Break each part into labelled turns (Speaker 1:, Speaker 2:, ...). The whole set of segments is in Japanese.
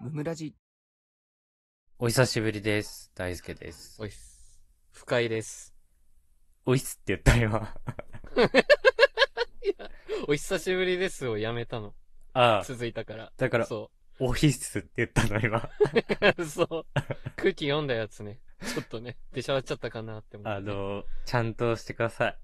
Speaker 1: ムムラジ
Speaker 2: お久しぶりです。大輔です。
Speaker 3: おいっす。不快です。
Speaker 2: おいっすって言った今。
Speaker 3: お久しぶりですをやめたの。
Speaker 2: ああ、
Speaker 3: 続いたから。
Speaker 2: だから、
Speaker 3: そ
Speaker 2: おひっすって言ったの今。
Speaker 3: う。 そう。空気読んだやつね。ちょっとね、出しゃばっちゃったかなって思って。
Speaker 2: あの、ちゃんとしてくだ さい。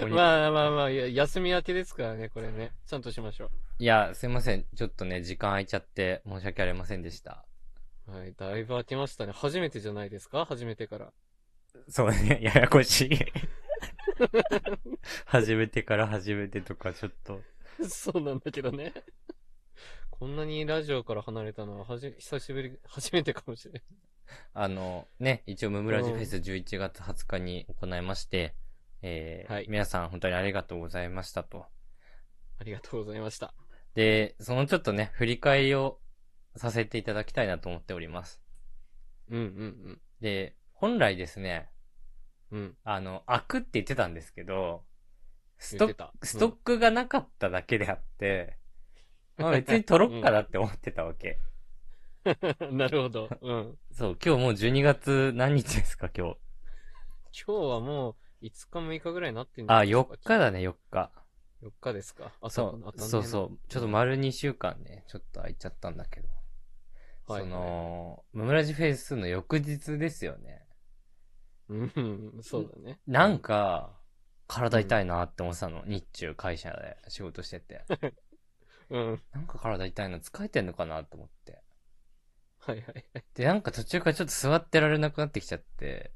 Speaker 2: おに
Speaker 3: まあまあまあ、いや休み明けですからね、これね。ちゃんとしましょ
Speaker 2: いや、すいません。ちょっとね、時間空いちゃって申し訳ありませんでした。
Speaker 3: う。はい、だいぶ明けましたね。初めてじゃないですか初めてから。
Speaker 2: そうね、 ややこしい。初めてから初めてとか、ちょっと。
Speaker 3: そうなんだけどね。こんなにラジオから離れたのは、はじ、久しぶり、初めてかもしれない。
Speaker 2: あの、ね、一応、ムムラジフェス11月20日に行いまして、えー
Speaker 3: はい
Speaker 2: 皆さん本当にありがとうございましたと。
Speaker 3: ありがとうございました。
Speaker 2: で、そのちょっとね、振り返りをさせていただきたいなと思っております。
Speaker 3: うんうん
Speaker 2: で、本来ですね、
Speaker 3: うん。うん。
Speaker 2: あの、開くって言ってたんですけど、スト
Speaker 3: 言って
Speaker 2: ック、
Speaker 3: た。
Speaker 2: ストックがなかっただけであって、 まあ別に取ろっかなって思ってたわけ。
Speaker 3: うん なるほど。うん。
Speaker 2: そう、今日もう12月何日ですか、今日。
Speaker 3: 今日はもう5日6日ぐらいになってんじゃ
Speaker 2: あ、
Speaker 3: ないです
Speaker 2: 4
Speaker 3: か
Speaker 2: 日だね、4日。
Speaker 3: 4日ですか。あ
Speaker 2: そう、そうそう。ちょっと丸2週間ね、ちょっと空いちゃったんだけど。
Speaker 3: はい
Speaker 2: その、ムムラジフェイスの翌日ですよね。
Speaker 3: う。うん、そうだね。
Speaker 2: なんか、体痛いなって思ってたの。日中会社で仕事してて。
Speaker 3: うん。はい
Speaker 2: なんか体痛いな、疲れてんのかなと思って。
Speaker 3: はい
Speaker 2: で、なんか途中からちょっと座ってられなくなってきちゃって。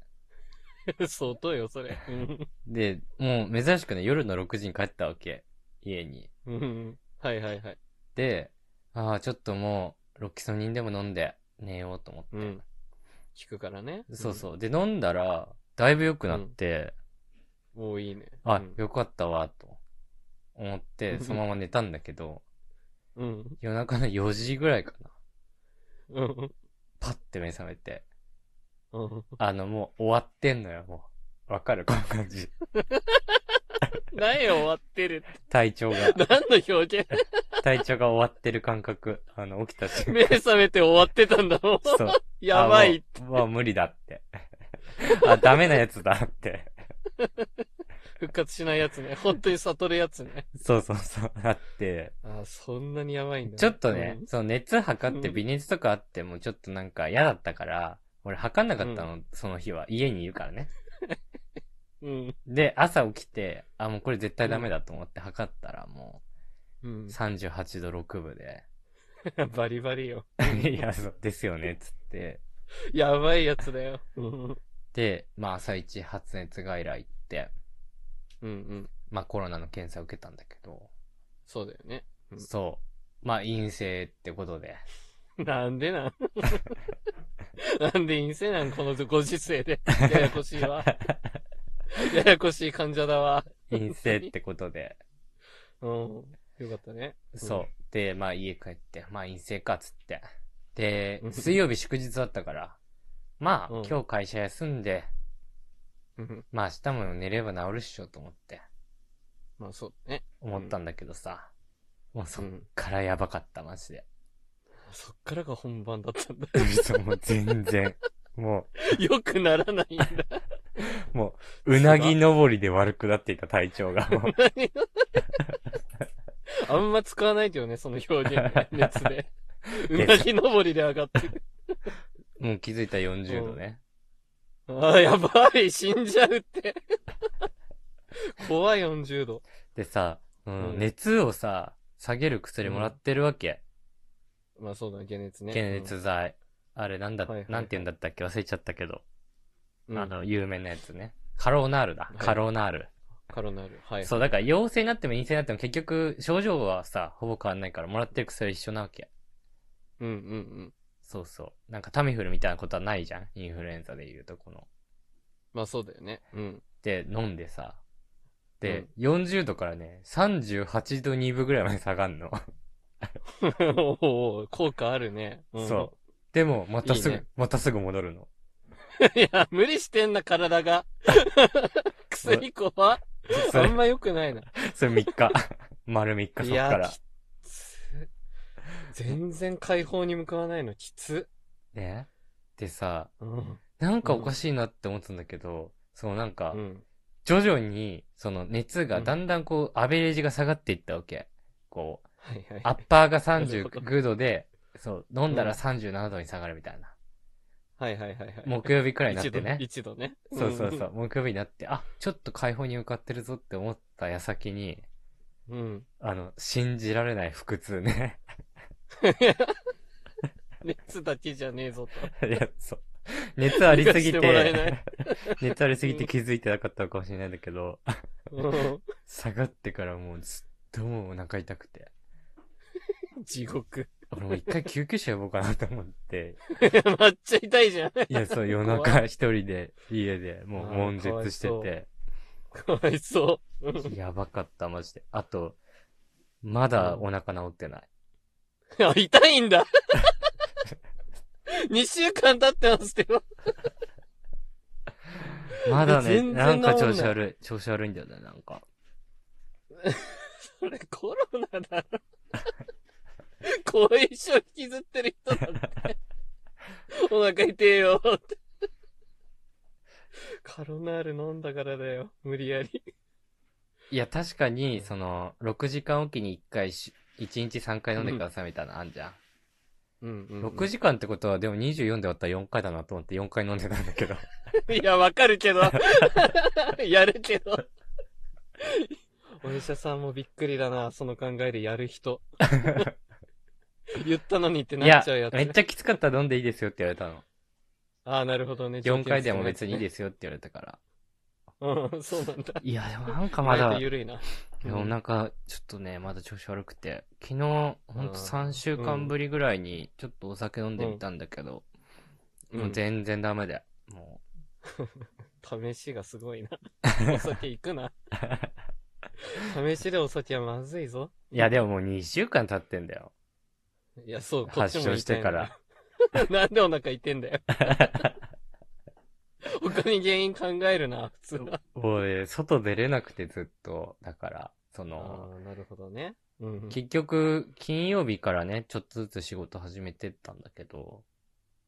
Speaker 3: はい。 相当よ、それ。うん
Speaker 2: で、もう珍しくね、夜の6時に帰ったわけ。家に。
Speaker 3: うん。はいはいはい。
Speaker 2: で、ああ、ちょっともう、ロキソニンでも飲んで寝ようと思って。
Speaker 3: うん。聞くからね。
Speaker 2: そうそう。で、飲んだら、だいぶ良くなって、
Speaker 3: うん。もういいね。
Speaker 2: あ
Speaker 3: うん、
Speaker 2: よかったわ、と思 って、そのまま寝たんだけど、
Speaker 3: うん。
Speaker 2: 夜中の4時ぐらいかな。
Speaker 3: うん。
Speaker 2: パッて目覚めて。
Speaker 3: うん。
Speaker 2: あの、もう終わってんのよ、もう。わかる この感じ。
Speaker 3: 何終わってる
Speaker 2: 体 調が、
Speaker 3: 何の表現
Speaker 2: 体調が終わってる感覚。あの、起きた瞬
Speaker 3: 目
Speaker 2: 間。
Speaker 3: 覚めて終わってたんだもん。
Speaker 2: そう。
Speaker 3: やばい。
Speaker 2: あ。もうもう無理だって。あ、ダメなやつだって。
Speaker 3: 復活しないやつね。本当に悟るやつね。
Speaker 2: そうそうそう。あって。
Speaker 3: あー、そんなにやばいんだ。
Speaker 2: ちょっとね
Speaker 3: うん、
Speaker 2: その熱測って
Speaker 3: うん
Speaker 2: 微熱とかあってもちょっとなんか嫌だったから、俺測んなかったの、
Speaker 3: う
Speaker 2: その日は。家にいるからね。
Speaker 3: うん。
Speaker 2: で、朝起きて、あ、もうこれ絶対ダメだと思って測ったらも
Speaker 3: う ん
Speaker 2: う、。38度6分 で。
Speaker 3: バリバリよ。
Speaker 2: いや、そうですよね、つって。
Speaker 3: やばいやつだよ。うん
Speaker 2: で、まあ朝一発熱外来行って、
Speaker 3: うん。
Speaker 2: まあコロナの検査受けたんだけど、
Speaker 3: そうだよね。うん
Speaker 2: そう。まあ陰性ってことで。
Speaker 3: なんでなんなんで陰性なんこのご時世で。ややこしいわ。ややこしい患者だわ。
Speaker 2: 陰性ってこと で。
Speaker 3: うん。よかったね。
Speaker 2: そう。で、まあ家帰って、まあ陰性かっつって。で
Speaker 3: う、ん
Speaker 2: 水曜日祝日だったから、まあ
Speaker 3: うん
Speaker 2: 今日会社休んで、
Speaker 3: うん。
Speaker 2: まあ明日も寝れば治るっしょと思って、
Speaker 3: まあそうだね。
Speaker 2: 思ったんだけどさ。もう
Speaker 3: う
Speaker 2: そっ
Speaker 3: ん。
Speaker 2: からやばかった、マジで。
Speaker 3: そっからが本番だったんだ。
Speaker 2: 嘘、もう全然。も
Speaker 3: よくならないんだ。
Speaker 2: う、も う、うなぎ登りで悪くなっていた体調が。もう
Speaker 3: あんま使わないけどね、その表現ね。熱で。うなぎ登りで上がってく。
Speaker 2: もう気づいた40度ね。
Speaker 3: ああ、やばい。死んじゃうって。怖い40度。
Speaker 2: でさ、うん
Speaker 3: うん
Speaker 2: 熱をさ、下げる薬もらってるわけ。
Speaker 3: まあそうだね、解熱ね。
Speaker 2: 解熱剤。あれなんだ、
Speaker 3: はいはい
Speaker 2: なんて言うんだったっけ忘れちゃったけど。
Speaker 3: うん。
Speaker 2: あの、有名なやつね。カロナールだ
Speaker 3: い。
Speaker 2: カロナール。
Speaker 3: カロナール。はい。
Speaker 2: そう、だから陽性になっても陰性になっても結局、症状はさ、ほぼ変わんないから、もらってる薬一緒なわけ。
Speaker 3: うんうんうん。
Speaker 2: そうそう。なんかタミフルみたいなことはないじゃん。インフルエンザでいうとこの。
Speaker 3: まあそうだよね。うん。
Speaker 2: で、飲んでさ。で、40度からね、38度2分ぐらいまで下がんの。
Speaker 3: おー効果あるね。うん、
Speaker 2: そでも、またすぐ
Speaker 3: いいね
Speaker 2: またすぐ戻るの。
Speaker 3: いや、無理してんな、体が。 薬怖っ
Speaker 2: そ
Speaker 3: あ
Speaker 2: れ
Speaker 3: ん、ま良くないな。
Speaker 2: それ3日。丸3日そっ
Speaker 3: い
Speaker 2: か
Speaker 3: や
Speaker 2: ら。、
Speaker 3: きつ。全然解放に向かわないの、きつ。
Speaker 2: ね。でさ、
Speaker 3: うん。
Speaker 2: なんかおかしいなって思ったんだけど、そのなんか
Speaker 3: う、ん。
Speaker 2: 徐々に、その熱がだんだんこう、アベレージが下がっていったわけ。こう、
Speaker 3: はいはい。
Speaker 2: アッパーが
Speaker 3: なるほど
Speaker 2: 39度で、そう、飲んだら
Speaker 3: うん
Speaker 2: 37度に下がるみたいな。
Speaker 3: はいはいはいはい。
Speaker 2: 木曜日くらいになっ
Speaker 3: 一
Speaker 2: て
Speaker 3: 度
Speaker 2: ね。
Speaker 3: 一度ね。
Speaker 2: そうそうそうう、木曜日になって、あ、ちょっと解放に向かってるぞって思った矢先に、
Speaker 3: ん。うん。
Speaker 2: あの、信じられない腹痛ね。
Speaker 3: 熱だけじゃねえぞ と。
Speaker 2: いや、そう。熱ありすぎ
Speaker 3: 逃がしてもらえな
Speaker 2: て
Speaker 3: い、
Speaker 2: 熱ありすぎて気づいてなかったのかもしれないんだけど、
Speaker 3: うん。
Speaker 2: 下がってからもうずっともうお腹痛くて。
Speaker 3: 地獄。
Speaker 2: 俺もう一回救急車呼ぼうかなと思って、
Speaker 3: めっちゃ痛いじゃん。
Speaker 2: いや、そう、夜中一人で、家で、もう、悶絶して
Speaker 3: あーかわ
Speaker 2: て、
Speaker 3: かわいそう。うん
Speaker 2: やばかった、マジで。あと、まだお腹治ってない。
Speaker 3: あ、痛いんだ。2週間経ってますけど。
Speaker 2: まだね、
Speaker 3: 全然
Speaker 2: なんか
Speaker 3: 治ん
Speaker 2: 調
Speaker 3: ない
Speaker 2: 子悪い、調子悪いんだよね、なんか。
Speaker 3: それコロナだろ。後遺症引きずってる人だって。お腹痛えよって。カロナール飲んだからだよ。無理やり。
Speaker 2: いや、確かに、その、6時間おきに1回し、1日3回飲んでくださいみたいなのあんじゃん。
Speaker 3: うん、う
Speaker 2: 6時間ってことは、でも24で割ったら4回だなと思って4回飲んでたんだ けど。
Speaker 3: いや、わかるけど。 やるけど。お医者さんもびっくりだな、その考えでやる 人。言ったのにって
Speaker 2: い
Speaker 3: な
Speaker 2: や
Speaker 3: っちゃうや、つ。
Speaker 2: めっちゃきつかったら飲んでいいですよって言われたの。
Speaker 3: ああ、なるほどね。
Speaker 2: 4回でも別にいい
Speaker 3: で。
Speaker 2: ですよって言われたから。
Speaker 3: うん、そうなんだ。
Speaker 2: いや、でもなんかまだ、
Speaker 3: 割と緩いな。
Speaker 2: いや、お腹、ちょっとね、まだ調子悪くて、昨日、ほんと3週間ぶりぐらいに、ちょっとお酒飲んでみたんだけど、
Speaker 3: うん
Speaker 2: もう全然ダメで、も
Speaker 3: 試しがす ごいな。お酒行くな。試しでお酒はまずいぞ。
Speaker 2: う。いや、でももう2週間経ってんだよ。
Speaker 3: いや、そう、こっち
Speaker 2: 発
Speaker 3: も
Speaker 2: 症
Speaker 3: 痛い
Speaker 2: してか
Speaker 3: な
Speaker 2: ら。。
Speaker 3: なんでお腹痛いんだ よ。他に原因考えるな、普通は。
Speaker 2: もうね、外出れなくてずっと、だから、その、
Speaker 3: ああ、なるほどね。うんうん。
Speaker 2: 結局、金曜日からね、ちょっとずつ仕事始めてったんだけど、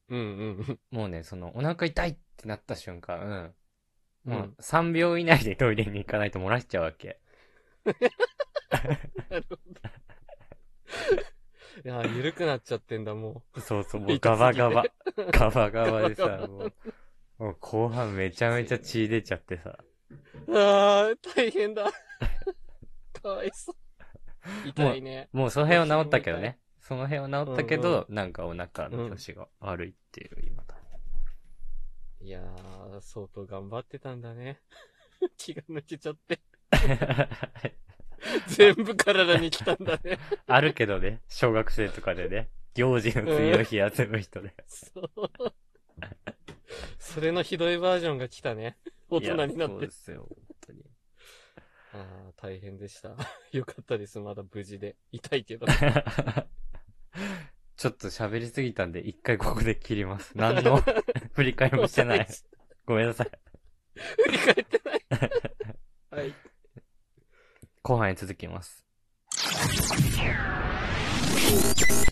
Speaker 3: うんうん
Speaker 2: もうね、その、お腹痛いってなった瞬間、
Speaker 3: う。
Speaker 2: うんん、もう3秒以内でトイレに行かないと漏らしちゃうわけ。
Speaker 3: いや、緩くなっちゃってんだ、も
Speaker 2: そうそう、も
Speaker 3: 痛すぎ
Speaker 2: う
Speaker 3: て
Speaker 2: ガバガバ。ガバガバで
Speaker 3: ガバ
Speaker 2: さ、
Speaker 3: ガバ
Speaker 2: もう、もう後半めちゃめちゃ血出ちゃってさ、
Speaker 3: う。ああ、大 変だ。かわいそう。痛いね。
Speaker 2: もうその辺は治ったけどね。その辺は治ったけ
Speaker 3: うん
Speaker 2: ど、なんかお腹の調子が悪いっていう、今だ。
Speaker 3: いやー、相当頑張ってたん だね。気が抜けちゃって。全部体に来たんだね。
Speaker 2: あるけどね、小学生とかでね、行事の次の日休む人で。
Speaker 3: そう。それのひどいバージョンが来たね。大人にな
Speaker 2: や
Speaker 3: い
Speaker 2: そ
Speaker 3: っ
Speaker 2: う
Speaker 3: て
Speaker 2: で。すよ、本当に。
Speaker 3: ああ、大変でした。よかったです、まだ無事で。痛いけど。
Speaker 2: ちょっと喋りすぎたんで、一回ここで切ります。 何 の 振り返りもしてない。ごめんなさい。
Speaker 3: 振り返ってない。はい。
Speaker 2: 後半に続きます。